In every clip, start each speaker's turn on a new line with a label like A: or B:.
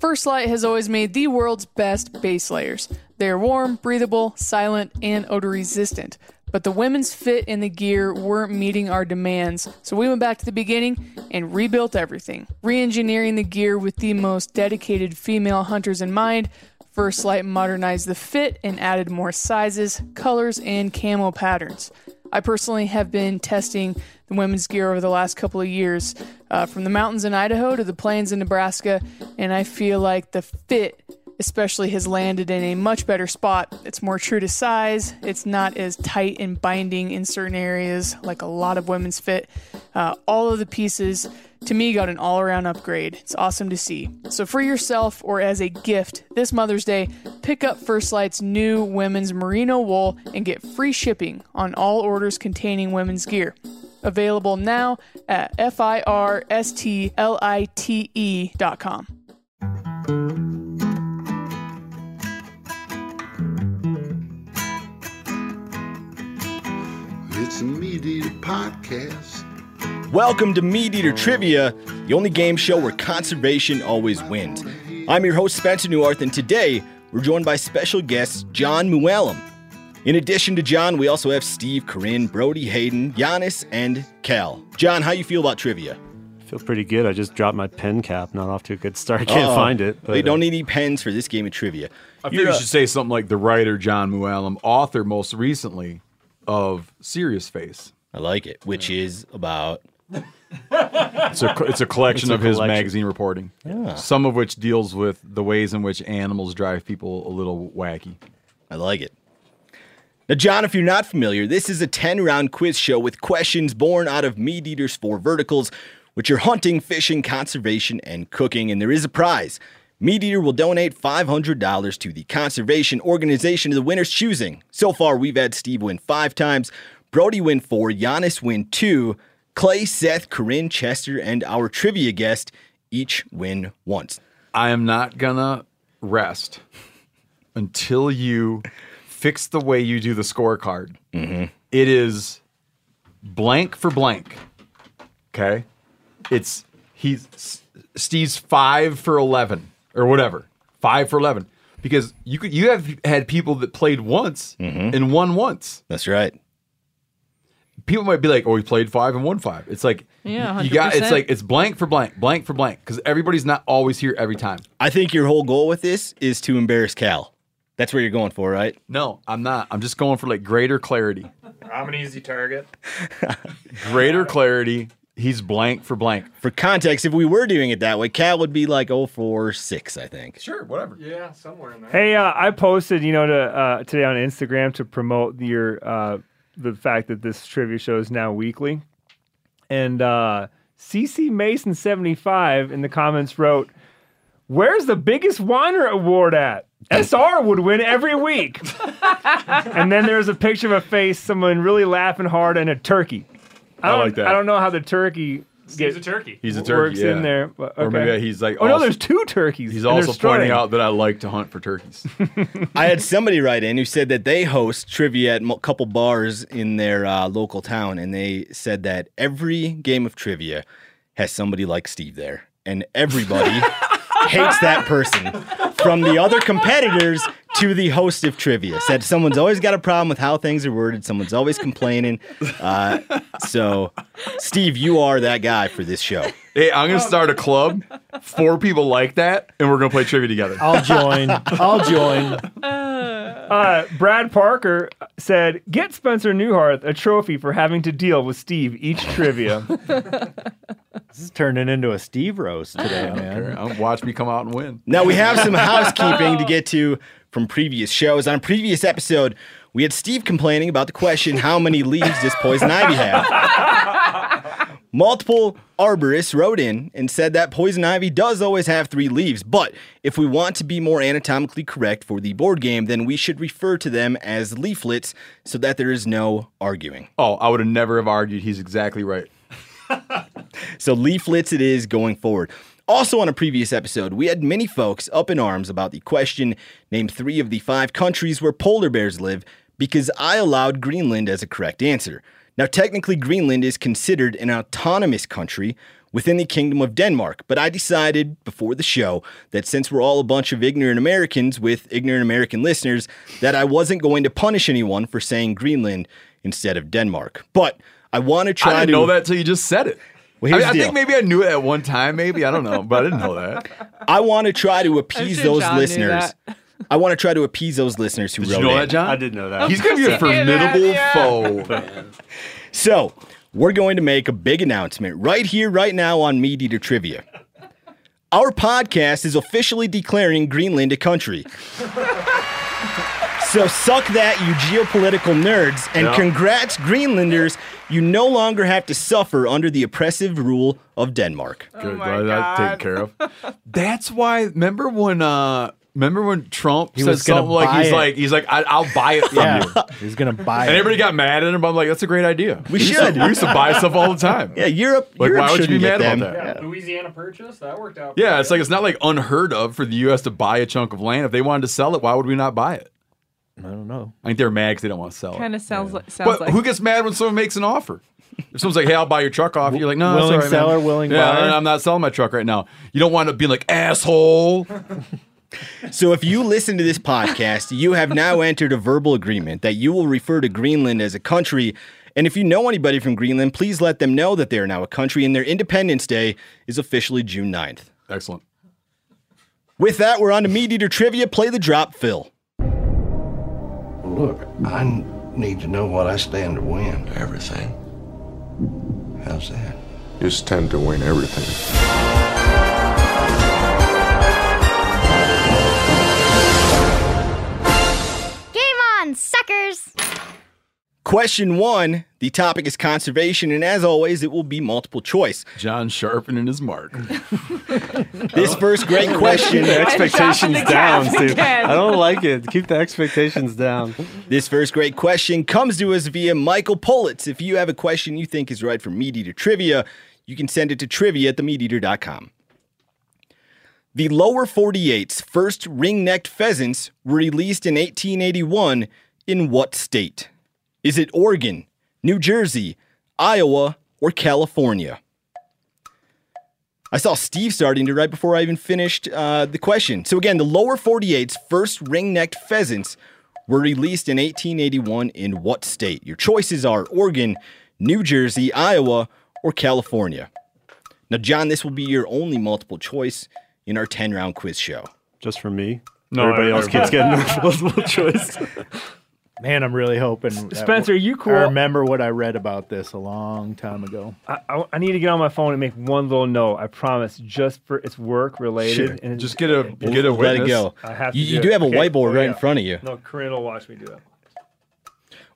A: First Light has always made the world's best base layers. They are warm, breathable, silent, and odor resistant. But the women's fit and the gear weren't meeting our demands, so we went back to the beginning and rebuilt everything, re engineering the gear with the most dedicated female hunters in mind. First Light modernized the fit and added more sizes, colors, and camo patterns. I personally have been testing the women's gear over the last couple of years, uh, from the mountains in Idaho to the plains in Nebraska, and I feel like the fit especially has landed in a much better spot. It's more true to size, it's not as tight and binding in certain areas like a lot of women's fit. Uh, all of the pieces to me got an all around upgrade. It's awesome to see. So, for yourself or as a gift this Mother's Day, pick up First Light's new women's merino wool and get free shipping on all orders containing women's gear. Available now at F-I-R-S-T-L-I-T-E E dot com.
B: It's a meat eater podcast.
C: Welcome to Meat Eater Trivia, the only game show where conservation always wins. I'm your host, Spencer Newarth, and today we're joined by special guest John Muellum. In addition to John, we also have Steve, Corinne, Brody, Hayden, Giannis, and Cal. John, how you feel about trivia?
D: Feel pretty good. I just dropped my pen cap. Not off to a good start. Can't
C: Uh-oh.
D: find it. But,
C: They don't
D: uh,
C: need any pens for this game of trivia.
E: I
C: You're
E: figured you
C: a-
E: should say something like the writer John Muallim, author most recently of Serious Face.
C: I like it, which is about
E: It's a, it's a collection
D: It's a
E: of his
D: collection.
E: magazine reporting, some of which deals with the ways in which animals drive people a little wacky.
C: I like it. Now, John, if you're not familiar, this is a 10 round quiz show with questions born out of Meat Eater's four verticals, which are hunting, fishing, conservation, and cooking. And there is a prize. Meat Eater will donate $500 to the conservation organization of the winner's choosing. So far, we've had Steve win five times, Brody win four, Giannis win two, Clay, Seth, Corinne, Chester, and our trivia guest each win once.
E: I am not gonna rest until you fix the way you do the scorecard.
C: Mm-hmm.
E: It is blank for blank. Okay, it's he's S- Steve's five for eleven or whatever, five for eleven because you could you have had people that played once and won once.
C: Mm-hmm. That's right.
E: People might be like, "Oh, he played five and won five. It's like
A: Yeah,
E: you got it's
A: 100%.
E: like it's blank for blank, blank for blank because everybody's not always here every time.
C: I think your whole goal with this is to embarrass Cal. That's where you're going for, right?
E: No, I'm not. I'm just going for like greater clarity.
F: I'm an easy target.
E: Greater clarity. He's blank for blank.
C: For context, if we were doing it that way, Cal would be like oh four six, I think.
E: Sure, whatever.
F: Yeah, somewhere in there.
G: Hey, uh, I posted, you know, to uh, today on Instagram to promote your uh, the fact that this trivia show is now weekly, and uh, CC Mason seventy five in the comments wrote, "Where's the biggest whiner award at?" SR would win every week. and then there's a picture of a face, someone really laughing hard, and a turkey. I, don't,
E: like that.
G: I don't know how the turkey
F: He's
G: gets
F: a turkey.
E: He's a turkey.
G: works
E: yeah.
G: in there. But,
E: Or
G: okay.
E: maybe he's like,
G: oh no,
E: also-
G: there's two turkeys.
E: He's
G: and
E: also
G: they're
E: pointing
G: strutting.
E: out that I like to hunt for turkeys.
C: I had somebody write in who said that they host trivia at a couple bars in their uh, local town, and they said that every game of trivia has somebody like Steve there, and everybody hates that person from the other competitors to the host of trivia. Said someone's always got a problem with how things are worded, someone's always complaining. Uh, so, Steve, you are that guy for this show.
E: hey, I'm gonna start a club. Four people like that, and we're gonna play trivia together.
H: I'll join. I'll join.
G: Uh, Brad Parker said, "Get Spencer Newhart a trophy for having to deal with Steve each trivia."
H: This is turning into a Steve roast today, man.
E: I'll watch me come out and win.
C: Now we have some housekeeping to get to from previous shows. On a previous episode, we had Steve complaining about the question, how many leaves does poison ivy have? Multiple arborists wrote in and said that poison ivy does always have three leaves, but if we want to be more anatomically correct for the board game, then we should refer to them as leaflets so that there is no arguing.
E: Oh, I would have never have argued. He's exactly right.
C: So leaflets it is going forward. Also, on a previous episode, we had many folks up in arms about the question name three of the five countries where polar bears live because I allowed Greenland as a correct answer. Now, technically, Greenland is considered an autonomous country, within the Kingdom of Denmark. But I decided before the show that since we're all a bunch of ignorant Americans with ignorant American listeners, that I wasn't going to punish anyone for saying Greenland instead of Denmark. But I want to try
E: I didn't
C: to
E: know that till you just said it.
C: Well,
E: I,
C: here's
E: mean, I
C: the
E: think
C: deal.
E: maybe I knew it at one time, maybe. I don't know, but I didn't know that.
C: I want to try to appease
I: sure
C: those
I: John knew
C: listeners.
I: that.
C: I want to try to appease those listeners who
E: Did
C: wrote
E: you know
C: in.
E: that, John?
D: I didn't know that.
E: He's going to be a
I: course I did.
E: formidable
I: Yeah.
E: foe.
C: So, we're going to make a big announcement right here, right now on Meat Eater Trivia. Our podcast is officially declaring Greenland a country. so, suck that, you geopolitical nerds, and congrats, Greenlanders. You no longer have to suffer under the oppressive rule of Denmark.
E: Good,
I: Oh my
E: that- that's taken
I: God.
E: care of. That's why. Remember when? uh Remember when
C: Oh,
E: Trump said
H: was gonna
E: something like
H: buy
E: he's
H: it.
E: like he's like I, I'll buy it from
H: Yeah,
E: you,
H: he's gonna buy
E: and
H: it.
E: everybody got mad at him. I'm like, that's a great idea.
C: We
E: used to-
C: should.
E: we used to buy stuff all the time.
C: Yeah, Europe.
E: Like,
C: Europe
E: why would you
C: shouldn't
E: be
C: get
E: mad about
C: them.
E: that?
F: Yeah, Louisiana Purchase that worked out.
E: Yeah,
F: pretty
E: it's like it's not like unheard of for the U.S. to buy a chunk of land. If they wanted to sell it, why would we not buy it?
H: I don't know.
E: I think they're mad because they don't want to sell it.
I: Kind of sounds like sounds
E: But
I: like
E: who gets mad when someone makes an offer? If someone's like, "Hey, I'll buy your truck off," you're like, "No,
H: Willing
E: it's all right,
H: seller,
E: man.
H: willing
E: yeah,
H: buyer.
E: I'm not selling my truck right now." You don't wind up being like asshole.
C: So if you listen to this podcast, you have now entered a verbal agreement that you will refer to Greenland as a country. And if you know anybody from Greenland, please let them know that they are now a country and their Independence Day is officially June 9th.
E: Excellent.
C: With that, we're on to Meat Eater Trivia. Play the drop, Phil.
B: Look, I n- need to know what I stand to win. Everything. How's that?
J: You stand to win everything.
K: Game on, suckers!
C: Question one the topic is conservation, and as always, it will be multiple choice.
E: John sharpening his mark.
C: This first great question.
D: The
I: dropping
D: expectations
I: the
D: down,
I: cap
D: Steve.
I: again.
D: I don't like it. Keep the expectations down.
C: This first great question comes to us via Michael Politz. If you have a question you think is right for Meat Eater Trivia, you can send it to trivia at themeateater.com. The lower 48's first ring necked pheasants were released in 1881 in what state? Is it Oregon, New Jersey, Iowa, or California? I saw Steve starting to right before I even finished uh, the question. So, again, the lower 48's first ring necked pheasants were released in 1881 in what state? Your choices are Oregon, New Jersey, Iowa, or California. Now, John, this will be your only multiple choice in our 10 round quiz show.
D: Just for me.
E: No,
D: everybody else
E: everybody.
D: keeps getting multiple choice.
H: Man, I'm really hoping. that-
G: Spencer, you cool?
H: I remember what I read about this a long time ago.
G: I, I, I need to get on my phone and make one little note. I promise, just for it's work related.
C: Sure.
G: And it's,
E: Just get a get a
C: Let
E: witness.
C: it go.
G: I have to
C: you
G: do
C: you
G: it.
C: do have a
G: Okay.
C: whiteboard
G: Oh,
C: right
G: yeah.
C: in front of you
G: no, Corinne will watch me do that.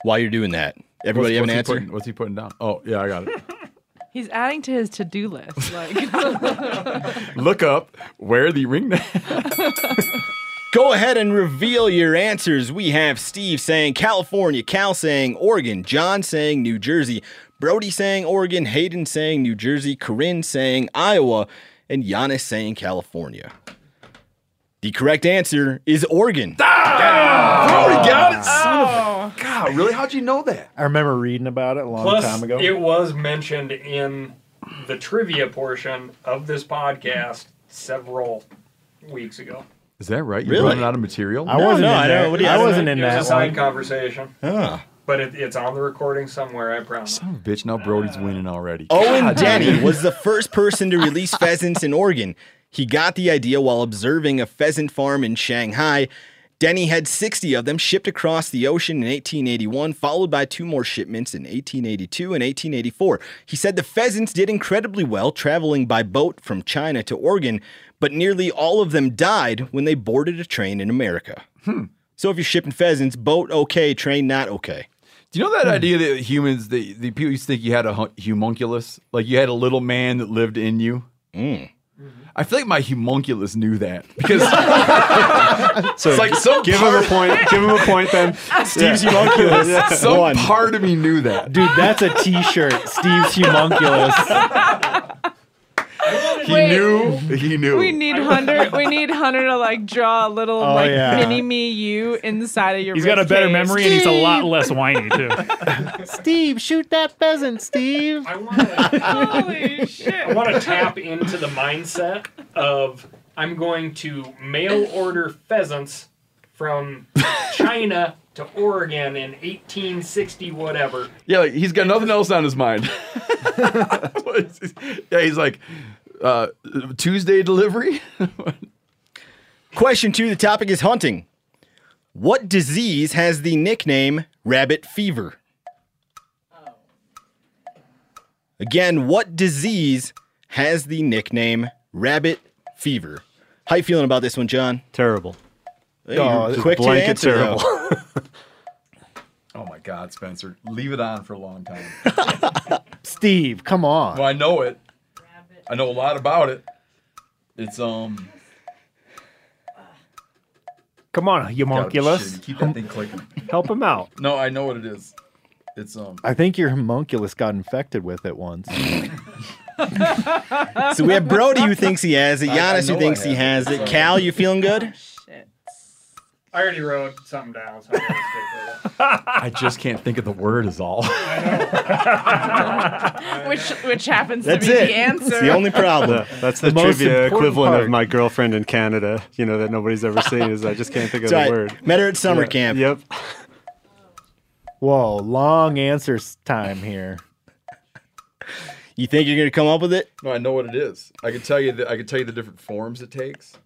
C: while you're doing that. Everybody have an
E: he
C: answer?
E: putting- what's he putting down? Oh yeah, I got it.
I: he's adding to his to do list. Like
E: Look up where the ring.
C: Go ahead and reveal your answers. We have Steve saying California, Cal saying Oregon, John saying New Jersey, Brody saying Oregon, Hayden saying New Jersey, Corinne saying Iowa, and Giannis saying California. The correct answer is Oregon.
B: Oh,
E: already got it.
C: Oh.
E: Son of a- God, really? How'd you know that?
H: I remember reading about it a long
F: Plus,
H: time ago.
F: it was mentioned in the trivia portion of this podcast several weeks ago.
E: Is that right? You're
C: Really?
E: running out of material.
H: I wasn't
C: no,
H: in
C: I
H: there.
C: don't- what do you-
H: I wasn't in
F: it was a
H: that
F: side
H: one.
E: uh,
F: conversation,
C: Huh.
F: but it, it's on the recording somewhere. I promise.
E: Son of a bitch, now Brody's winning already.
C: Owen Denny Oh, was the first person to release pheasants in Oregon. He got the idea while observing a pheasant farm in Shanghai. Denny had 60 of them shipped across the ocean in 1881, followed by two more shipments in 1882 and 1884. He said the pheasants did incredibly well traveling by boat from China to Oregon, but nearly all of them died when they boarded a train in America.
E: Hmm.
C: So if you're shipping pheasants, boat okay, train not okay. Hmm.
E: Do you know
D: Hmm.
E: that idea that humans, the, the people used to think you had a hu- humunculus, like you had a little man that lived in you?
D: Mm.
E: I feel like my humunculus knew that because
D: So
E: it's like some
D: give him
E: part,
D: a point. Give him a point then.
C: Steve's homunculus.
E: some part of me knew that.
H: Dude, that's a T-shirt. Steve's humunculus.
E: He
I: Wait.
E: knew. He knew.
I: We need Hunter. We need Hunter to like draw a little
E: Oh,
I: like
E: yeah.
I: mini me you inside of your.
L: He's got a
I: rib
L: better
I: cage.
L: memory and he's a lot less whiny too.
H: Steve, shoot that pheasant, Steve.
I: Holy shit!
F: I want to tap into the mindset of I'm going to mail order pheasants from China to Oregon in 1860 whatever.
E: Yeah, like, he's got nothing else on his mind. yeah, he's like uh, Tuesday delivery.
C: Question two the topic is hunting. What disease has the nickname rabbit fever? Again, what disease has the nickname rabbit fever? How you feeling about this one, John?
D: Terrible.
E: Oh,
C: Oh,
E: just
C: quick to
E: blanket
C: answer, though.
E: oh my God, Spencer, leave it on for a long time.
H: Steve, come on.
E: Well, I know it. I know a lot about it. It's um.
G: Come on,
E: Oh, shit,
G: homunculus.
E: Keep that thing clicking.
G: Help him out.
E: No, I know what it is. It's um.
H: I think your homunculus got infected with it once.
C: So we have Brody who thinks he has it,
H: I- I
C: Giannis who
H: know
C: thinks
H: I
C: he
H: have
C: has
H: it.
C: it.
H: Sorry.
C: Cal, you feeling good?
F: I already wrote something down. So I'm gonna stick with it.
E: I just can't think of the word. Is all.
I: Which which happens
D: That's
I: to be
D: it.
I: the answer.
D: It's the only problem.
G: That's
D: the,
G: the most
D: trivia
G: important
D: equivalent
G: part.
D: of my girlfriend in Canada. You know that nobody's ever seen. Is I just can't think of
G: That's
D: the
G: right.
D: word.
C: Met her at summer camp.
D: Yep.
H: Whoa, long answers time here.
C: You think you're gonna come up with it?
E: No, I know what it is. I can tell you that. I can tell you the different forms it takes.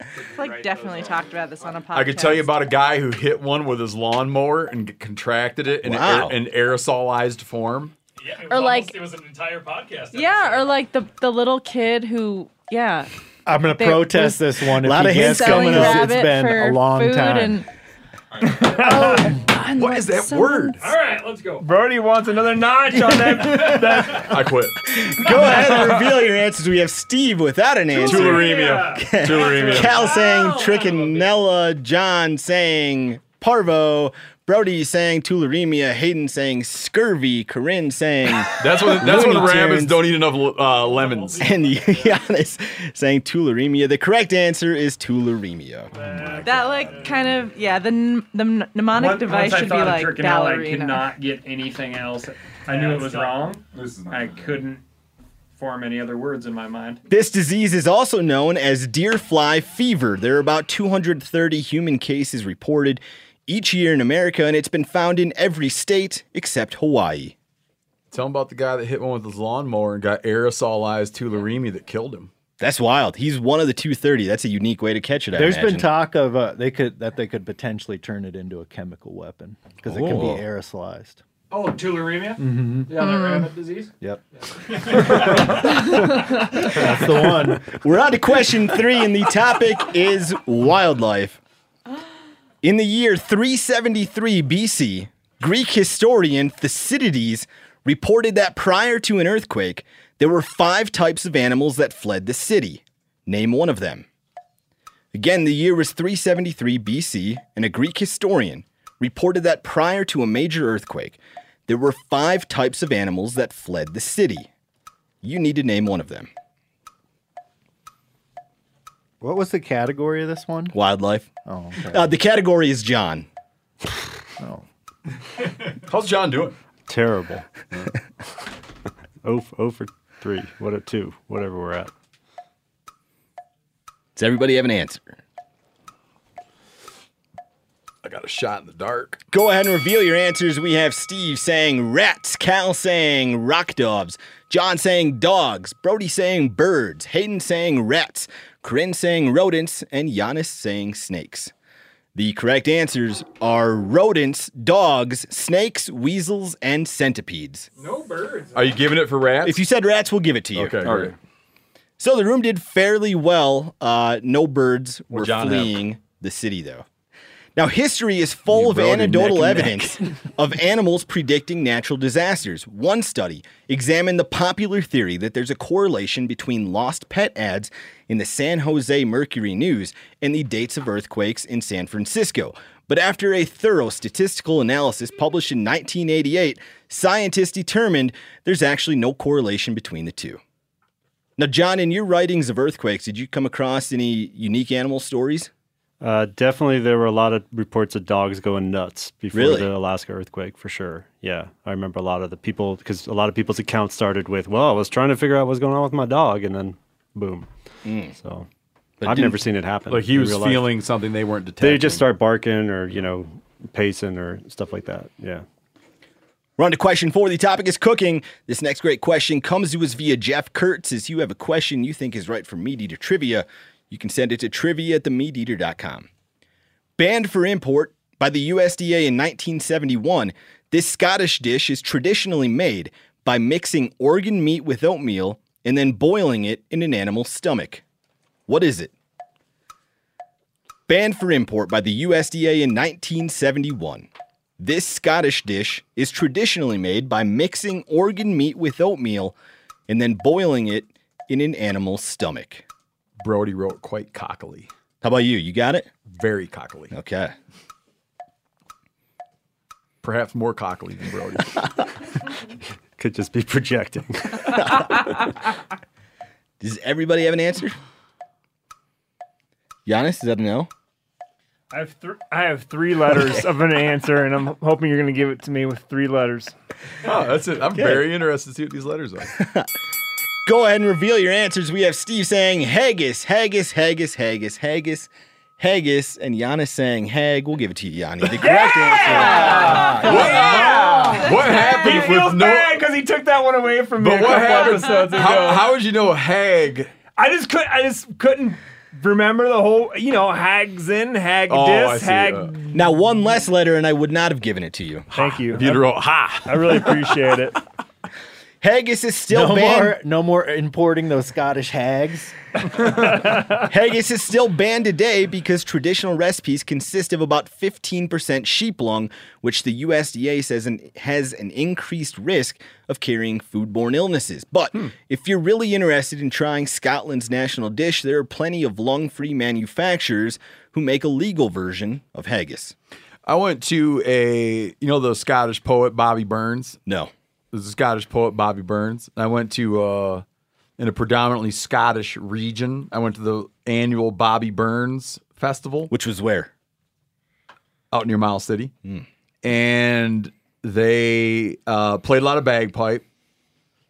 I: It's like definitely
F: uh,
I: talked about this on a podcast.
E: I could tell you about a guy who hit one with his lawnmower and g- contracted it in
F: Wow.
E: an, aer- an aerosolized form.
F: Yeah, it was
I: Or like-
F: almost- it was an entire podcast.
I: Yeah, or like the the little kid who yeah.
H: I'm gonna
I: There-
H: protest
I: there's-
H: this one. If
I: A lot
H: he
I: of
H: gets
I: hints coming
H: this,
I: up.
H: It's been a
I: Rabbit
H: long
I: for food
H: time.
I: and-
E: What is that word?
F: All right, let's go.
G: Brody wants another notch on that. that
E: I quit.
C: Go ahead and reveal your answers. We have Steve without an answer.
E: Tularemia. Tularemia.
C: Cal saying trichinella. John saying parvo. Brody saying tularemia. Hayden saying scurvy. Corinne saying
E: That's when that's when
C: Looney
E: rabbits
C: Tunes.
E: don't eat enough uh, lemons.
C: And Giannis saying tularemia. The correct answer is tularemia.
I: That like kind of yeah. The n- the m- mnemonic
F: Once-
I: device
F: once I
I: should be
F: thought of
I: like
F: Turk and Al, I could
I: ballerina.
F: not get anything else. I knew it was wrong. I couldn't form any other words in my mind.
C: This disease is also known as deer fly fever. There are about 230 human cases reported each year in America, and it's been found in every state except Hawaii.
E: Tell him about the guy that hit one with his lawnmower and got aerosolized tularemia that killed him.
C: That's wild. He's one of the 230. That's a unique way to catch it. I
H: There's been
C: imagine.
H: talk of uh, they could that they could potentially turn it into a chemical weapon because it can be
C: Oh.
H: aerosolized.
F: Oh, tularemia?
H: Mhm.
F: Yeah, that
H: Mm.
F: rabbit disease?
H: Yep.
C: That's the one. We're on to question three, and the topic is wildlife. In the year 373 BC, Greek historian Thucydides reported that prior to an earthquake, there were five types of animals that fled the city. Name one of them. Again, the year was 373 BC, and a Greek historian reported that prior to a major earthquake, there were five types of animals that fled the city. You need to name one of them.
H: What was the category of this one?
C: Wildlife.
H: Oh, okay. Oh.
C: Uh, the category is John.
E: How's John doing?
D: Terrible. Uh, oh, f- oh for three. What a two. Whatever we're at.
C: Does everybody have an answer?
E: I got a shot in the dark.
C: Go ahead and reveal your answers. We have Steve saying rats, Cal saying rock doves, John saying dogs, Brody saying birds, Hayden saying rats, Corinne saying rodents, and Giannis saying snakes. The correct answers are rodents, dogs, snakes, weasels, and centipedes.
F: No birds.
E: Are you giving it for rats?
C: If you said rats, we'll give it to you.
E: Okay,
C: All
E: great.
C: right. So the room did fairly well. Uh, no birds
E: Well,
C: were
E: John have.
C: fleeing the city, though. Now, history is full of
E: rode it
C: anecdotal
E: neck and
C: evidence of animals predicting natural disasters. One study examined the popular theory that there's a correlation between lost pet ads in the San Jose Mercury News and the dates of earthquakes in San Francisco. But after a thorough statistical analysis published in 1988, scientists determined there's actually no correlation between the two. Now, John, in your writings of earthquakes, did you come across any unique animal stories?
D: Uh, definitely, there were a lot of reports of dogs going nuts before
C: Really?
D: the Alaska earthquake, for sure. Yeah, I remember a lot of the people because a lot of people's accounts started with, "Well, I was trying to figure out what's going on with my dog," and then, boom.
C: Mm.
D: So, I've never seen it happen.
E: Like he
D: in
E: was
D: real life.
E: feeling something they weren't detecting.
D: They just start barking or you know, pacing or stuff like that. Yeah.
C: We're on to question four. The topic is cooking. This next great question comes to us via Jeff Kurtz. As you have a question you think is right for Meat Eater Trivia, you can send it to trivia at themeateater.com. Banned for import by the USDA in 1971, this Scottish dish is traditionally made by mixing organ meat with oatmeal and then boiling it in an animal's stomach. What is it? Banned for import by the USDA in 1971. This Scottish dish is traditionally made by mixing organ meat with oatmeal and then boiling it in an animal's stomach.
E: Brody wrote quite cockily.
C: How about you? You got it?
E: Very cockily.
C: Okay.
E: Perhaps more cockily than Brody.
D: Could just be projecting.
C: Does everybody have an answer? Giannis, is that a no?
G: I have three. I have three letters of an answer, and I'm hoping you're going to give it to me with three letters.
E: oh, that's it. I'm
G: Okay.
E: very interested to see what these letters are.
C: Go ahead and reveal your answers. We have Steve saying haggis, haggis, haggis, haggis, haggis, haggis, and Giannis saying hag. We'll give it to you, Yanni. The correct answer.
E: What happened
G: He
E: with
G: feels
E: no-
G: bad because he took that one away from me.
E: But
G: a
E: what
G: couple
E: happened?
G: episodes ago.
E: How, how would you know hag?
G: I just could. I just couldn't remember the whole. You know, hags in, hag
E: Oh,
G: dis, hag.
E: uh,
C: Now, one less letter, and I would not have given it to you.
G: Thank you.
E: If you'd wrote ha.
G: I really appreciate it.
C: Haggis is still
H: no
C: banned.
H: more, no more importing those Scottish hags.
C: Haggis is still banned today because traditional recipes consist of about 15% sheep lung, which the USDA says an, has an increased risk of carrying foodborne illnesses. But if you're really interested in trying Scotland's national dish, there are plenty of lung free manufacturers who make a legal version of haggis.
E: I went to a, you know, the Scottish poet Bobby Burns.
C: No.
E: There's a Scottish poet Bobby Burns. I went to, uh, in a predominantly Scottish region, I went to the annual Bobby Burns Festival.
C: Which was where? Hmm.
E: Out near Miles City. And they uh, played a lot of bagpipe,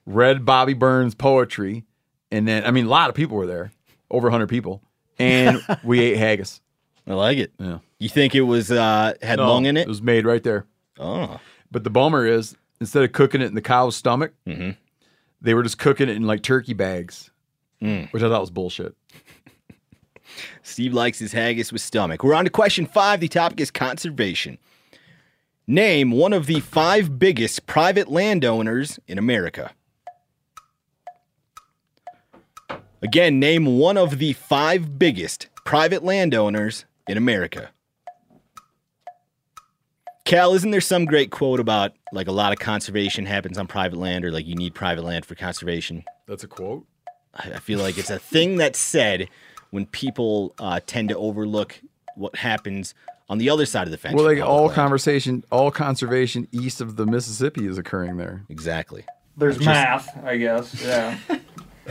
E: read Bobby Burns poetry. And then, I mean, a lot of people were there, over 100 people. And we ate haggis.
C: I like it.
E: Yeah.
C: You think it was uh, had
E: No,
C: lung in
E: It
C: it?
E: was made right there.
C: Oh.
E: But the bummer is, instead of cooking it in the cow's stomach,
C: Mm-hmm.
E: they were just cooking it in like turkey bags,
C: Mm.
E: which I thought was bullshit.
C: Steve likes his haggis with stomach. We're on to question five. The topic is conservation. Name one of the five biggest private landowners in America. Again, name one of the five biggest private landowners in America. Cal, isn't there some great quote about like a lot of conservation happens on private land or like you need private land for conservation?
E: That's a quote.
C: I I feel like it's a thing that's said when people uh, tend to overlook what happens on the other side of the fence.
E: well,
C: from
E: like
C: public
E: all
C: land.
E: conversation, all conservation east of the Mississippi is occurring there.
C: Exactly.
F: There's
E: Just- Oh,
F: math, I guess. Yeah.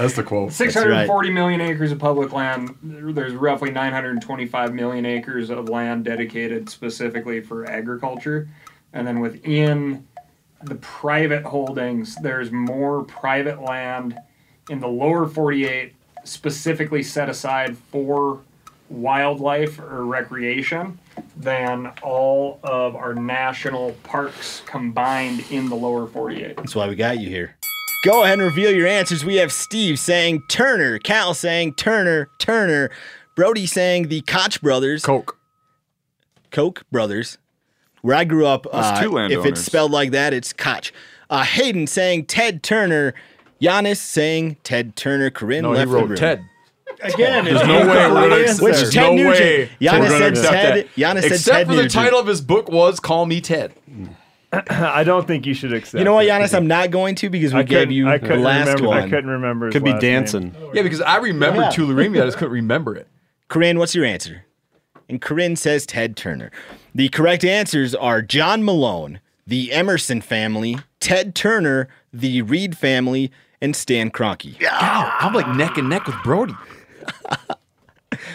E: That's the quote.
F: Six hundred forty million acres of public land. There's roughly 925 million acres of land dedicated specifically for agriculture. And then within the private holdings, there's more private land in the lower 48 specifically set aside for wildlife or recreation than all of our national parks combined in the lower 48.
C: That's why we got you here. Go ahead and reveal your answers. We have Steve saying Turner, Cal saying Turner, Turner, Brody saying the Koch brothers,
E: Coke,
C: Koch brothers. Where I grew up,
M: That's
C: uh,
M: two
C: if it's
M: landowners.
C: spelled like that, it's Koch. Uh, Hayden saying Ted Turner, Giannis saying Ted Turner. Corinne
E: No, he
C: left the
E: wrote
C: room.
E: Ted.
C: Again,
E: There's no way we're gonna accept,
C: Which
E: there's
C: Ted
E: no
C: Nugent.
E: way
C: Giannis
E: we're gonna
C: said
E: accept
C: Ted.
E: that.
C: Giannis said
E: Except
C: Ted
E: for
C: Nugent.
E: the title of his book was "Call Me Ted."
G: I don't think you should accept.
C: You know what,
G: it.
C: Giannis? I'm not going to because we
G: I
C: gave
G: couldn't-
C: you
G: I
C: the
G: couldn't
C: last
G: remember- I
C: one.
G: couldn't remember his
D: Could be last name. dancing.
E: Yeah, because I remember
C: Yeah.
E: Tularemia, I just couldn't remember it.
C: Corinne, what's your answer? And Corinne says Ted Turner. The correct answers are John Malone, the Emerson family, Ted Turner, the Reed family, and Stan Kroenke.
N: I'm like neck and neck with Brody.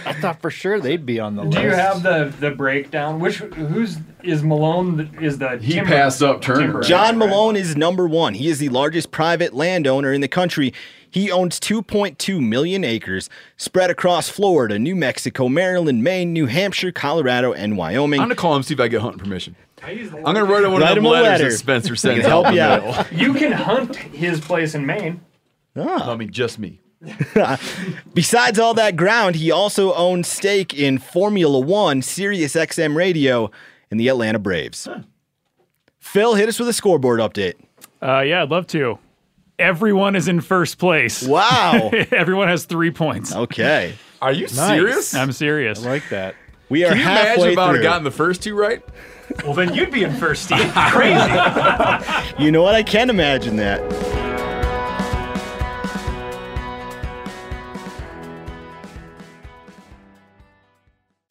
O: I thought for sure they'd be on the list.
F: Do you have the the breakdown? Which who's is Malone? the- Is the
N: He
F: timber-
N: passed up Turner.
F: timber-
C: John Malone is number one. He is the largest private landowner in the country. He owns 2.2 million acres spread across Florida, New Mexico, Maryland, Maine, New Hampshire, Colorado, and Wyoming.
N: I'm gonna call him see if I get hunting permission. I'm gonna write one
C: Write
N: of
C: him
N: them
C: a
N: letters
C: letter.
N: that Spencer
C: He can
N: sends.
C: help
N: out in
C: you
N: the
C: out. Ah.
N: mail.
F: You can hunt his place in Maine.
N: I mean, just me.
C: Besides all that ground, he also owns stake in Formula One, Sirius XM Radio, and the Atlanta Braves. Phil, hit us with a scoreboard update.
L: Uh, yeah, I'd love to. Everyone is in first place.
C: Wow.
L: Everyone has three points.
C: Okay.
N: Are you serious?
L: I'm serious.
O: I like that.
C: We are
N: Can you imagine
C: halfway
N: if I would
C: through.
N: have gotten the first two right?
L: Well, then you'd be in first, Steve. Crazy.
C: You know what? I can imagine that.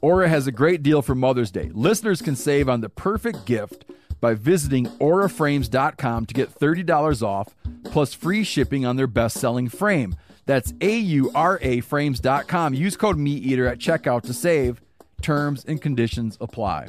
E: Aura has a great deal for Mother's Day. Listeners can save on the perfect gift by visiting auraframes.com to get $30 off plus free shipping on their best-selling frame. That's A-U-R-A frames.com. Use code MeatEater at checkout to save. Terms and conditions apply.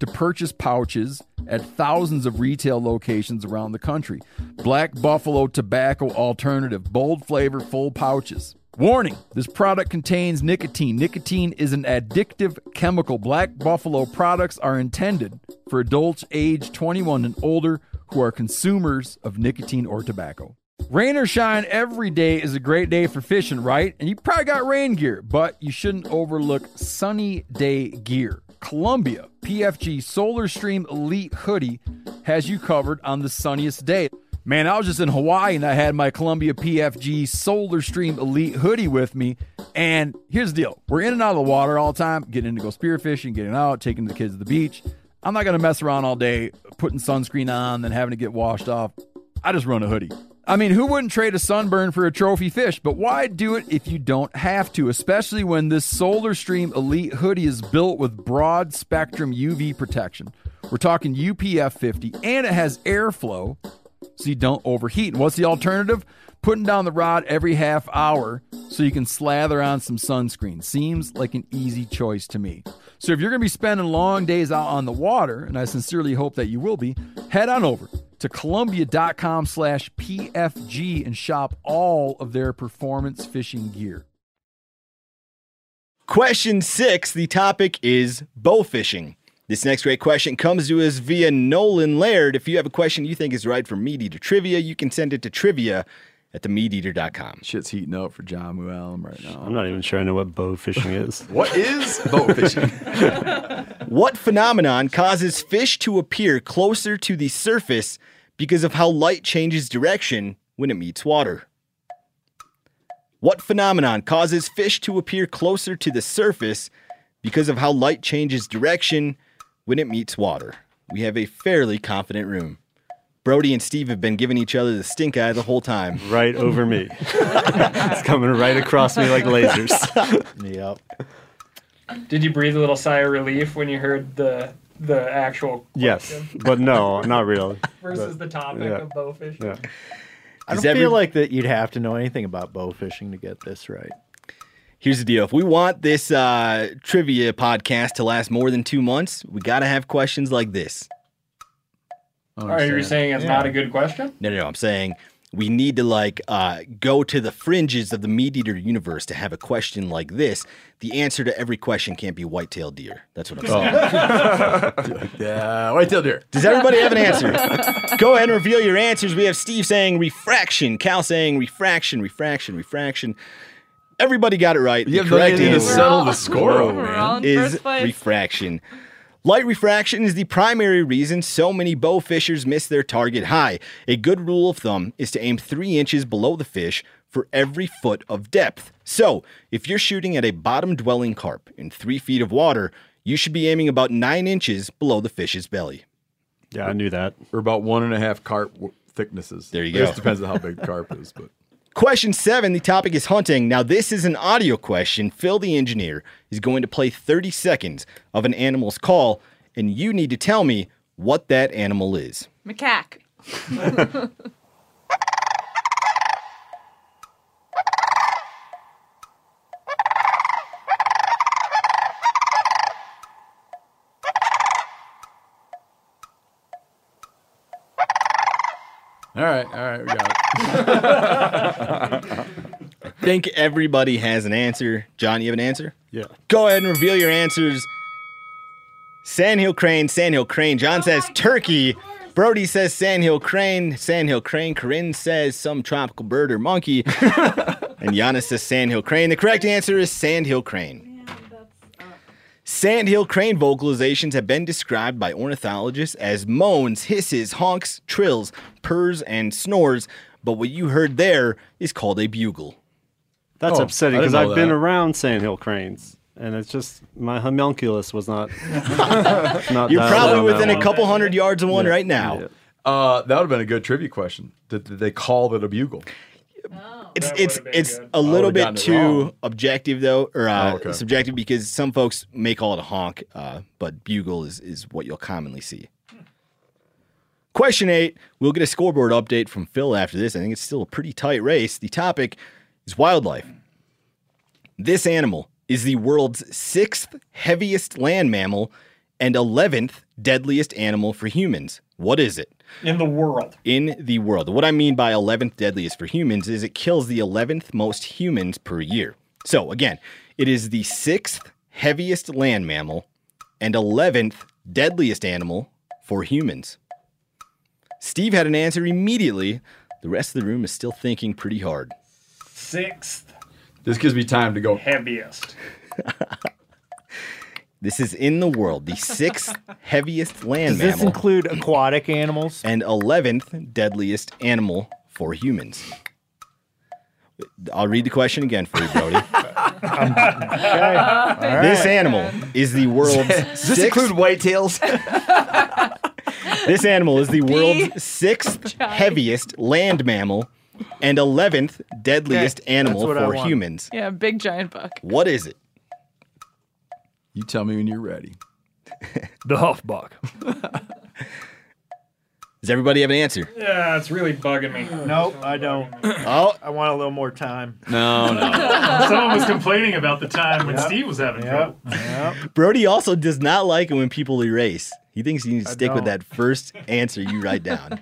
E: to purchase pouches at thousands of retail locations around the country. Black Buffalo Tobacco Alternative, bold flavor, full pouches. Warning this product contains nicotine. Nicotine is an addictive chemical. Black Buffalo products are intended for adults age 21 and older who are consumers of nicotine or tobacco. Rain or shine, every day is a great day for fishing, right? And you probably got rain gear, but you shouldn't overlook sunny day gear. Columbia PFG Solar Stream Elite Hoodie has you covered on the sunniest day. Man, I was just in Hawaii and I had my Columbia PFG Solar Stream Elite hoodie with me. And here's the deal we're in and out of the water all the time, getting in to go spearfishing, getting out, taking the kids to the beach. I'm not going to mess around all day putting sunscreen on, then having to get washed off. I just run a hoodie. I mean, who wouldn't trade a sunburn for a trophy fish? But why do it if you don't have to, especially when this Solar Stream Elite hoodie is built with broad spectrum UV protection? We're talking UPF 50, and it has airflow so you don't overheat. And what's the alternative? Putting down the rod every half hour so you can slather on some sunscreen seems like an easy choice to me. So if you're going to be spending long days out on the water, and I sincerely hope that you will be, head on over to columbia.com slash PFG and shop all of their performance fishing gear.
C: Question six the topic is bow fishing. This next great question comes to us via Nolan Laird. If you have a question you think is right for meat eater trivia, you can send it to trivia at themeateater.com.
E: Shit's heating up for John Muallam right now.
D: I'm not even sure I know what bow fishing is.
E: What is boat fishing?
C: What phenomenon causes fish to appear closer to the surface because of how light changes direction when it meets water? What phenomenon causes fish to appear closer to the surface because of how light changes direction when it meets water? We have a fairly confident room. Brody and Steve have been giving each other the stink eye the whole time.
D: Right over me. it's coming right across me like lasers.
C: yep.
F: Did you breathe a little sigh of relief when you heard the the actual
D: Yes, but no, not really.
F: versus the topic
D: yeah.
F: of bow fishing?
D: Yeah.
H: I
C: Is
H: don't
C: every-
H: feel like that you'd have to know anything about bow fishing to get this right.
C: Here's the deal. If we want this uh, trivia podcast to last more than two months, we got to have questions like this.
F: Are you saying it's not a good question?
C: No, no, no. I'm saying we need to like uh, go to the fringes of the meat eater universe to have a question like this. The answer to every question can't be white-tailed deer. That's what I'm saying.
E: Oh. yeah, white-tailed deer.
C: Does everybody have an answer? go ahead and reveal your answers. We have Steve saying refraction, Cal saying refraction, refraction, refraction. Everybody got it right.
E: You
C: the
E: have no
C: correct
E: idea to
C: answer
E: settle the score over, man.
C: is refraction. Light refraction is the primary reason so many bow fishers miss their target high. A good rule of thumb is to aim three inches below the fish for every foot of depth. So, if you're shooting at a bottom dwelling carp in three feet of water, you should be aiming about nine inches below the fish's belly.
D: Yeah, I knew that.
E: Or about one and a half carp w- thicknesses. There
C: you
E: It
C: go.
E: just depends on how big the carp is, but
C: Question seven, the topic is hunting. Now, this is an audio question. Phil, the engineer, is going to play 30 seconds of an animal's call, and you need to tell me what that animal is.
I: Macaque.
E: all right, all right, we got it.
C: I think everybody has an answer. John, you have an answer?
E: Yeah.
C: Go ahead and reveal your answers. Sandhill Crane, Sandhill Crane. John says turkey. Brody says Sandhill Crane, Sandhill Crane. Corinne says some tropical bird or monkey. and Giannis says Sandhill Crane. The correct answer is Sandhill Crane. Sandhill crane vocalizations have been described by ornithologists as moans, hisses, honks, trills, purrs, and snores, but what you heard there is called a bugle.
D: That's
C: Oh,
D: upsetting
C: I
D: because
C: didn't know
D: I've been
C: that.
D: around sandhill cranes, and it's just my homunculus was not. not
C: You're
D: dialed
C: probably
D: on that
C: within a
D: one.
C: couple hundred yards of one
D: Yeah.
C: right now.
E: Uh, that would have been a good trivia question. Did, did they call it a bugle?
C: It's it's it's
E: I
C: a little
E: would've gotten
C: bit
E: it
C: too
E: wrong.
C: objective though, or uh,
E: Oh, okay.
C: subjective because some folks may call it a honk, uh, but bugle is is what you'll commonly see. Question eight. We'll get a scoreboard update from Phil after this. I think it's still a pretty tight race. The topic is wildlife. This animal is the world's sixth heaviest land mammal and 11th deadliest animal for humans. What is it?
F: In the world.
C: In the world. What I mean by 11th deadliest for humans is it kills the 11th most humans per year. So, again, it is the sixth heaviest land mammal and 11th deadliest animal for humans. Steve had an answer immediately. The rest of the room is still thinking pretty hard.
F: Sixth
E: This gives me time to go.
F: heaviest.
C: This is in the world, the sixth heaviest land
H: Does this
C: mammal.
H: include aquatic animals?
C: And 11th deadliest animal for humans. I'll read the question again for you, Brody. This animal is the world's
E: Does this
C: sixth-
E: include whitetails?
C: this animal is the world's sixth heaviest land mammal and 11th deadliest
I: Okay,
C: animal
I: that's what I
C: for
I: want.
C: humans.
I: Yeah, big giant buck.
C: What is it?
E: You tell me when you're ready.
G: the Huffbuck.
C: Does everybody have an answer?
F: Yeah, it's really bugging me.
H: Nope, I don't.
C: Oh,
H: I want a little more time.
C: No,
L: Someone was complaining about the time when
H: Yep.
L: Steve was having
H: Yep.
L: trouble.
C: Brody also does not like it when people erase. He thinks you need to
E: I
C: stick with
E: don't.
C: that first answer you write down.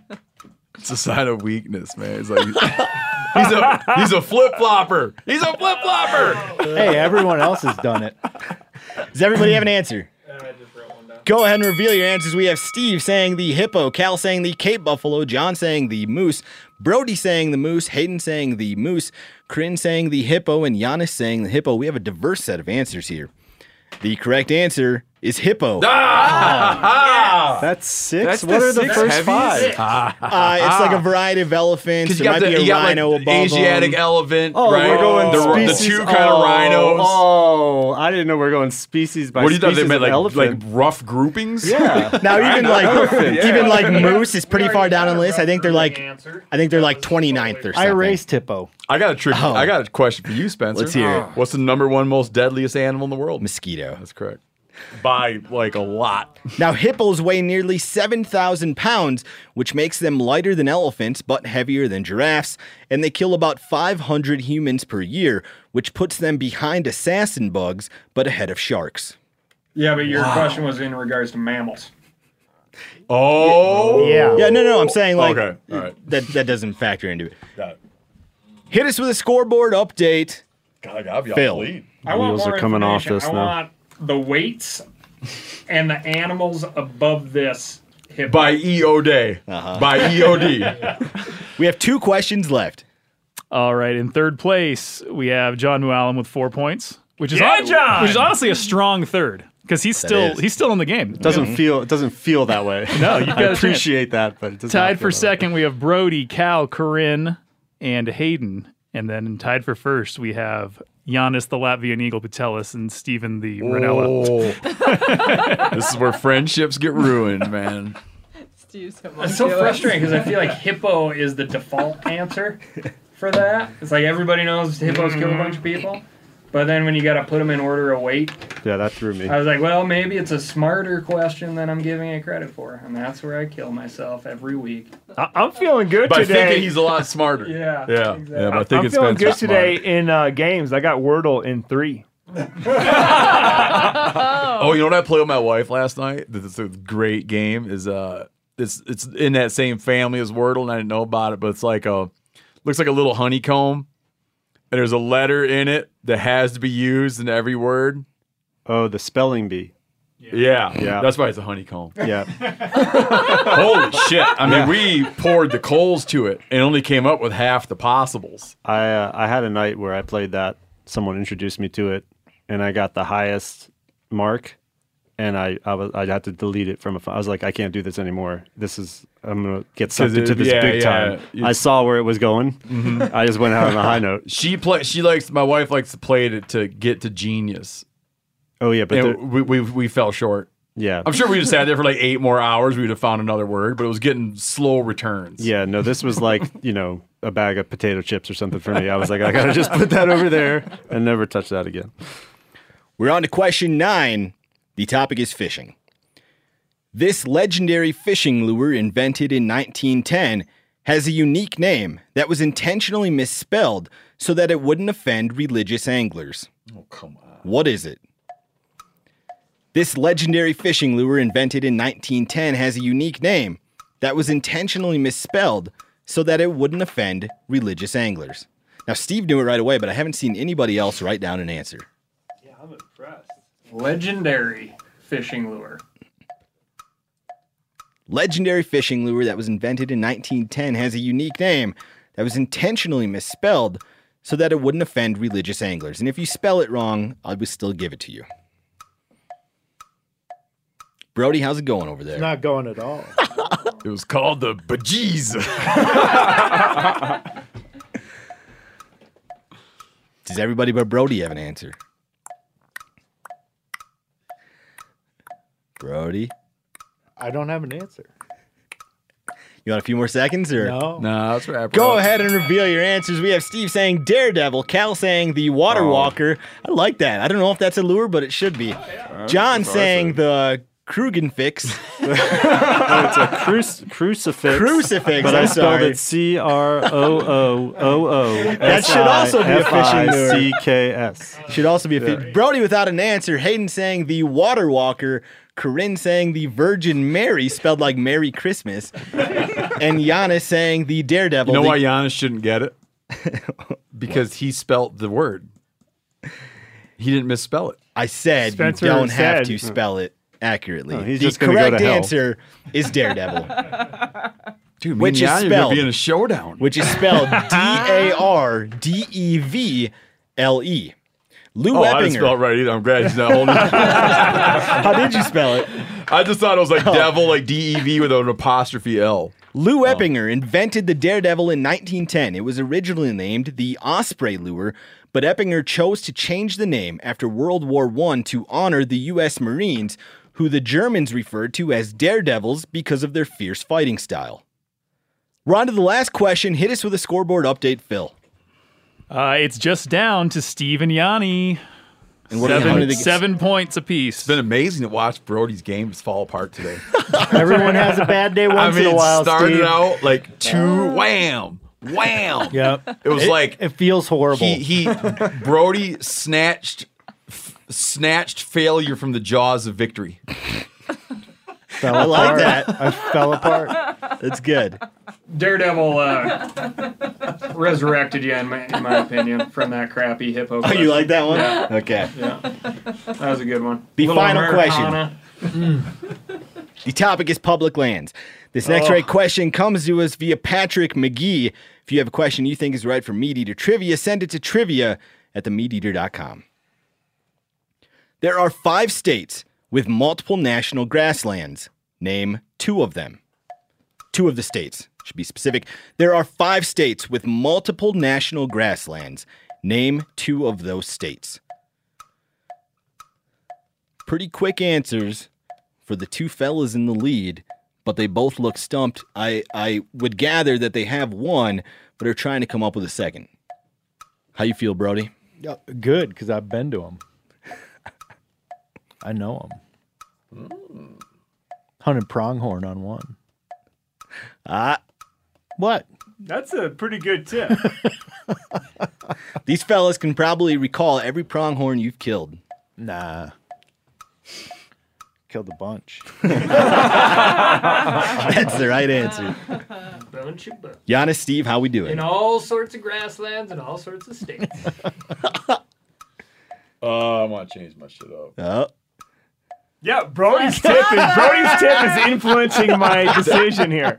E: It's a sign of weakness, man. It's like he's a he's a flip flopper. He's a flip flopper.
H: hey, everyone else has done it.
C: Does everybody have an answer?
F: I just wrote one down.
C: Go ahead and reveal your answers. We have Steve saying the hippo, Cal saying the Cape Buffalo, John saying the moose, Brody saying the moose, Hayden saying the moose, Kryn saying the hippo, and Giannis saying the hippo. We have a diverse set of answers here. The correct answer is hippo.
E: Ah!
H: That's six. what are the first five?
C: Uh, it's like a variety of elephants.
E: 'Cause Ah.
C: There
E: you got
C: might
E: the-
C: be
E: you
C: a
E: got, like,
C: rhino
E: the
C: above 'em.
E: Asiatic elephant,
C: Oh,
E: right?
C: we're going
E: The- the
C: species-
E: two kind of rhinos.
D: Oh, I didn't know we are going species by
E: What do you
D: species
E: thought they meant,
D: of
E: like
D: elephant.
E: like rough groupings?
D: Yeah.
C: Now even like even like moose is pretty
E: We
C: far down on the list. I think they're like I think they're like 29th or something.
H: hippo.
E: I got a trick.
C: Oh.
E: I got a question for you, Spencer.
C: Let's hear it.
E: What's the number one most deadliest animal in the world?
C: Mosquito.
E: That's correct. By like a lot.
C: Now hippos weigh nearly 7,000 pounds, which makes them lighter than elephants but heavier than giraffes, and they kill about 500 humans per year, which puts them behind assassin bugs but ahead of sharks.
F: Yeah, but your
C: Wow.
F: question was in regards to mammals.
E: Oh.
F: Yeah.
C: Yeah, no, no, I'm saying like
F: Okay,
C: that that doesn't factor into it. Hit us with a scoreboard update.
E: God, I'll be
C: Phil.
F: I want
D: Wheels
F: more
D: are coming off
F: information.
D: this
F: I
D: now.
F: want the weights and the animals above this hippo.
E: By EO day.
L: Uh-huh.
E: By E EOD.
C: we have two questions left.
L: All right. In third place, we have John Muallam with four points, which is
D: Yeah,
L: hon-
D: John!
L: which is honestly a strong third because he's
D: That
L: still
D: is.
L: he's still in the game.
D: It doesn't feel it doesn't feel that way.
L: No, you've got a
D: I
L: chance.
D: appreciate that, but it does not
L: tied for
D: feel that way.
L: second. We have Brody, Cal, Corinne, and Hayden, and then tied for first we have Giannis, the Latvian Eagle Patelis, and Stephen, the Ranella.
E: Oh. this is where friendships get ruined, man.
I: Steve's
F: It's so frustrating because I feel like hippo is the default answer for that. It's like everybody knows hippos kill a bunch of people, but then when you got to put them in order of weight,
D: Yeah, that threw me.
F: I was like, well, maybe it's a smarter question than I'm giving it credit for, and that's where I kill myself every week.
G: I- I'm feeling good
E: By
G: today.
E: thinking he's a lot smarter.
F: Yeah,
E: Yeah. Yeah, by
G: I'm
E: thinking
G: feeling
E: Spencer's
G: good
E: smart.
G: today in uh, games. I got Wordle in three.
E: Oh, you know what I played with my wife last night? This is a great game. Is uh, it's it's in that same family as Wordle, and I didn't know about it, but it's like a looks like a little honeycomb, and there's a letter in it that has to be used in every word.
D: Oh, the spelling bee.
E: Yeah,
D: Yeah.
E: That's why it's a honeycomb.
D: Yeah.
E: Holy shit! I mean, we poured the coals to it and only came up with half the possibles.
D: I uh, I had a night where I played that. Someone introduced me to it, and I got the highest mark. And I I was I had to delete it from a. ph- I was like, I can't do this anymore. This is I'm gonna get sucked
E: it-
D: into this
E: yeah, yeah.
D: big time. I saw where it was going. I just went out on a high note.
E: She play. She likes. My wife likes to play it to get to genius.
D: Oh yeah, but
E: And
D: there-
E: we, we we fell short.
D: yeah,
E: I'm sure we just sat there for like eight more hours. We'd have found another word, but it was getting slow returns.
D: Yeah, no, this was like you know a bag of potato chips or something for me. I was like, I gotta just put that over there and never touch that again.
C: We're on to question nine. The topic is fishing. This legendary fishing lure, invented in 1910, has a unique name that was intentionally misspelled so that it wouldn't offend religious anglers.
E: Oh, come on.
C: What is it? This legendary fishing lure, invented in 1910, has a unique name that was intentionally misspelled so that it wouldn't offend religious anglers. Now, Steve knew it right away, but I haven't seen anybody else write down an answer.
F: Legendary fishing lure.
C: legendary fishing lure that was invented in 1910 has a unique name that was intentionally misspelled so that it wouldn't offend religious anglers. And if you spell it wrong, I would still give it to you. Brody, how's it going over there?
H: Not going at all.
E: It was called the bejeez.
C: Does everybody but Brody have an answer? Brody,
H: I don't have an answer.
C: you want a few more seconds or
H: No.
E: No, that's right.
C: Go ahead and reveal your answers. We have Steve saying Daredevil, Cal saying the Water
E: Oh.
C: Walker. I like that. I don't know if that's a lure, but it should be. John
D: That's what I
C: saying the Krugenfix.
E: Oh,
D: No, it's a cruci- crucifix.
C: Crucifix,
D: But
C: I'm
D: I spelled
C: sorry.
D: it C R O O O O.
C: That should also be a fishing lure.
D: C K S.
C: Should also be a fit. Brody without an answer. Hayden saying the Water Walker. Corinne saying the Virgin Mary, spelled like Merry Christmas. and Giannis saying the Daredevil.
E: You know
C: The-
E: why Giannis shouldn't get it? Because he spelt the word. He didn't misspell it.
C: I said
E: Spencer
C: you don't have
E: said-
C: to spell it. accurately.
D: Oh,
C: the
D: he's just gonna go
C: correct
D: to hell.
C: answer is Daredevil.
E: Dude,
C: which is spelled
E: in a showdown.
C: Which is spelled D A R D E V L E. Lou
E: Oh,
C: Eppinger.
E: I uh, didn't spell it right either. I'm glad he's not holding. How
C: did you spell it? Oh.
E: I just thought it was like devil, like D E V with an apostrophe L. Oh.
C: Lou Eppinger invented the Daredevil in 1910. It was originally named the Osprey Lure, but Eppinger chose to change the name after World War I to honor the U.S. Marines, who the Germans referred to as Daredevils because of their fierce fighting style. We're on to the last question. Hit us with a scoreboard update, Phil.
L: Uh, it's just down to Steve and Yanni.
E: And
L: what- Seven- how many they get? seven points apiece. It's
E: been amazing to watch Brody's games fall apart today.
H: Everyone has a bad day once
E: I mean,
H: in a while.
E: it started
H: Steve.
E: out like two wham, wham.
H: Yep.
E: It was like
H: it feels horrible.
E: He, he Brody snatched f- snatched failure from the jaws of victory.
H: fell
C: I like
H: apart.
C: that.
H: I fell apart.
C: That's good.
F: Daredevil uh, resurrected you, in my, in my opinion, from that crappy hippo.
C: Oh, you like that one?
F: Yeah.
C: Okay.
F: Yeah. That was a good one.
C: The
F: Little
C: final question.
F: Americana.
C: The topic is public lands. This next
F: Oh.
C: right question comes to us via Patrick McGee. If you have a question you think is right for Meat Eater Trivia, send it to trivia at themeateater.com. There are five states with multiple national grasslands. Name two of them. Two of the states. Should be specific. There are five states with multiple national grasslands. Name two of those states. Pretty quick answers for the two fellas in the lead, but they both look stumped. I, I would gather that they have one, but are trying to come up with a second. How you feel, Brody?
H: Yeah, Good, because I've been to them. I know them. Hunted pronghorn on one.
C: Ah,
H: what?
G: That's a pretty good tip.
C: These fellas can probably recall every pronghorn you've killed.
H: Nah. Killed a bunch.
C: That's the right answer.
F: Bunch of bu-
C: Giannis, Steve, how we doing?
F: In all sorts of grasslands and all sorts of states.
E: Uh, I want to change my shit up.
C: Oh.
G: Yeah, Brody's tip is Brody's tip is influencing my decision here.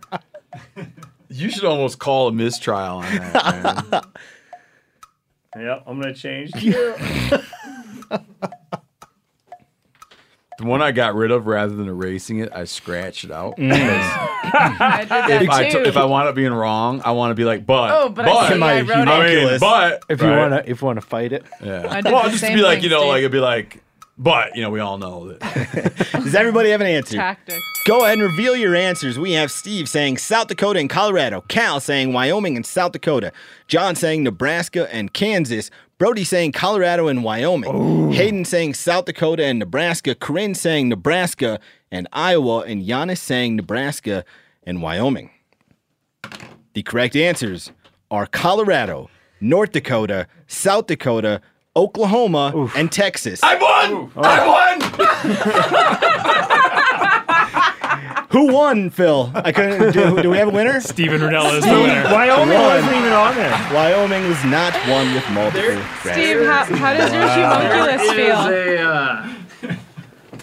E: You should almost call a mistrial on that. Man.
G: Yep, I'm gonna change.
E: the one I got rid of, rather than erasing it, I scratched it out. because
I: I did that
E: if, I
I: Mm. too.
E: t- if I want to be wrong, I want to be like, but,
I: Oh, but I
E: but,
I: see, I wrote
E: I
I: it.
E: mean, but
H: if you
E: right?
H: wanna if you wanna fight it.
E: yeah.
I: I did
E: well,
I: the
E: just to
I: same
E: be like,
I: thing,
E: you know,
I: Steve.
E: like it'd be like, but you know, we all know that.
C: Does everybody have an answer?
I: Tactic.
C: Go ahead and reveal your answers. We have Steve saying South Dakota and Colorado, Cal saying Wyoming and South Dakota, John saying Nebraska and Kansas, Brody saying Colorado and Wyoming, Hayden saying South Dakota and Nebraska, Corinne saying Nebraska and Iowa, and Giannis saying Nebraska and Wyoming. The correct answers are Colorado, North Dakota, South Dakota, Oklahoma, and Texas.
E: I won! I won!
C: Who won, Phil? I couldn't. Do, do we have a winner?
L: Steven Renella is the winner. Wyoming wasn't even on there.
C: Wyoming was not one with multiple. grass.
I: Steve, how, how does your
F: Uh, It
I: humunculus feel?
F: is a uh,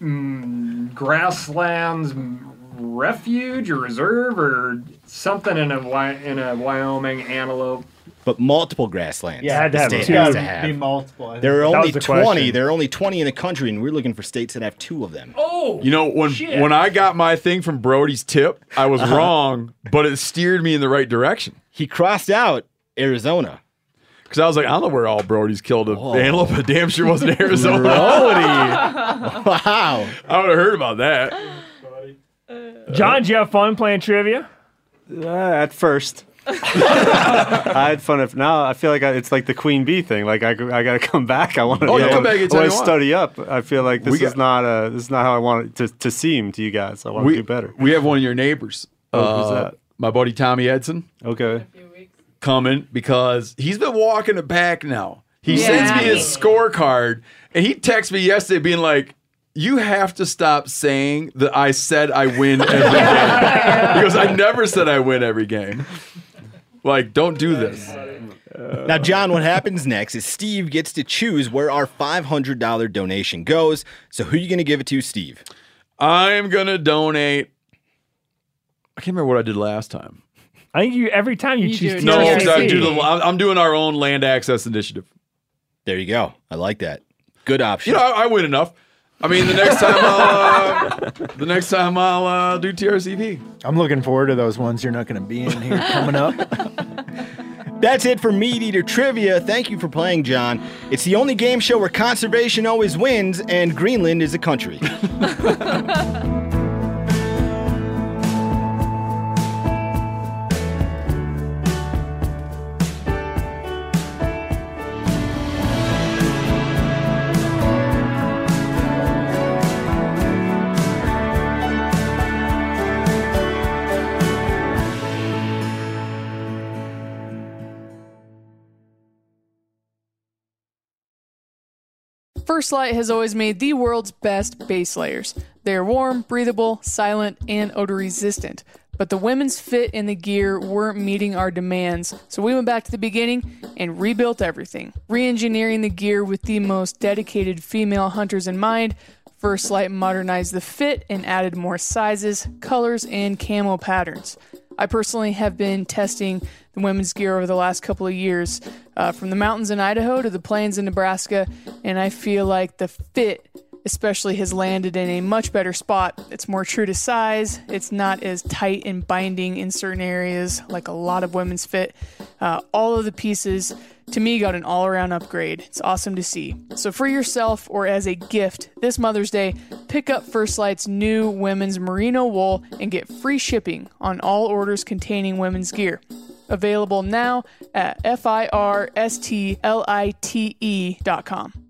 F: mm, grasslands refuge or reserve or something in a Wy- in a Wyoming antelope.
C: but multiple grasslands.
F: Yeah, I had to
C: The
F: have
C: state
F: two.
C: has to
F: Be
C: have.
H: multiple.
C: There are
F: That
C: only
F: was the
C: twenty.
F: question.
C: There are only twenty in the country, and we're looking for states that have two of them.
F: Oh,
E: You know, when
F: Shit.
E: when I got my thing from Brody's tip, I was
C: Uh-huh.
E: wrong, but it steered me in the right direction.
C: He crossed out Arizona.
E: Because I was like, I don't know where all Brody's killed a antelope, but damn sure wasn't Arizona.
C: Brody. wow.
E: I would have heard about that.
G: John, did you have fun playing trivia?
D: Uh, at first. I had fun. If now I feel like I, it's like the queen bee thing. Like I, I gotta come back. I want to.
E: Oh, you
D: I
E: come
D: wanna-
E: back
D: I
E: anytime
D: wanna
E: you want.
D: study up. I feel like this
E: We
D: is not uh this is not how I want it to, to seem to you guys. I want to do better.
E: We have one of your neighbors.
D: Oh, who's
E: Uh,
D: that?
E: My buddy Tommy Edson
D: Okay.
E: coming because he's been walking it back now. He
D: Yeah.
E: sends me his scorecard and he texted me yesterday being like, you have to stop saying that I said I win every game. because I never said I win every game. Like, don't do this.
C: Now, John, what happens next is Steve gets to choose where our $500 donation goes. So, who you going to give it to, Steve?
E: I'm going to donate. I can't remember what I did last time.
G: I think you every time you, choose
E: No,
G: TRCC.
E: I'm doing, I'm doing our own land access initiative.
C: There you go. I like that. Good option.
E: You know, I, I win enough. I mean, the next time I'll uh, the next time I'll uh, do TRCP.
H: I'm looking forward to those ones you're not going to be in here coming up.
C: That's it for Meat Eater Trivia. Thank you for playing, John. It's the only game show where conservation always wins and Greenland is a country.
A: First Light has always made the world's best base layers. They are warm, breathable, silent, and odor resistant. But the women's fit and the gear weren't meeting our demands, so we went back to the beginning and rebuilt everything, re engineering the gear with the most dedicated female hunters in mind. First Light modernized the fit and added more sizes, colors, and camo patterns. I personally have been testing the women's gear over the last couple of years, uh, from the mountains in Idaho to the plains in Nebraska, and I feel like the fit, especially, has landed in a much better spot. It's more true to size, it's not as tight and binding in certain areas like a lot of women's fit. Uh, all of the pieces, to me, got an all around upgrade. It's awesome to see. So, for yourself or as a gift this Mother's Day, pick up First Light's new women's merino wool and get free shipping on all orders containing women's gear. Available now at first lite E dot com.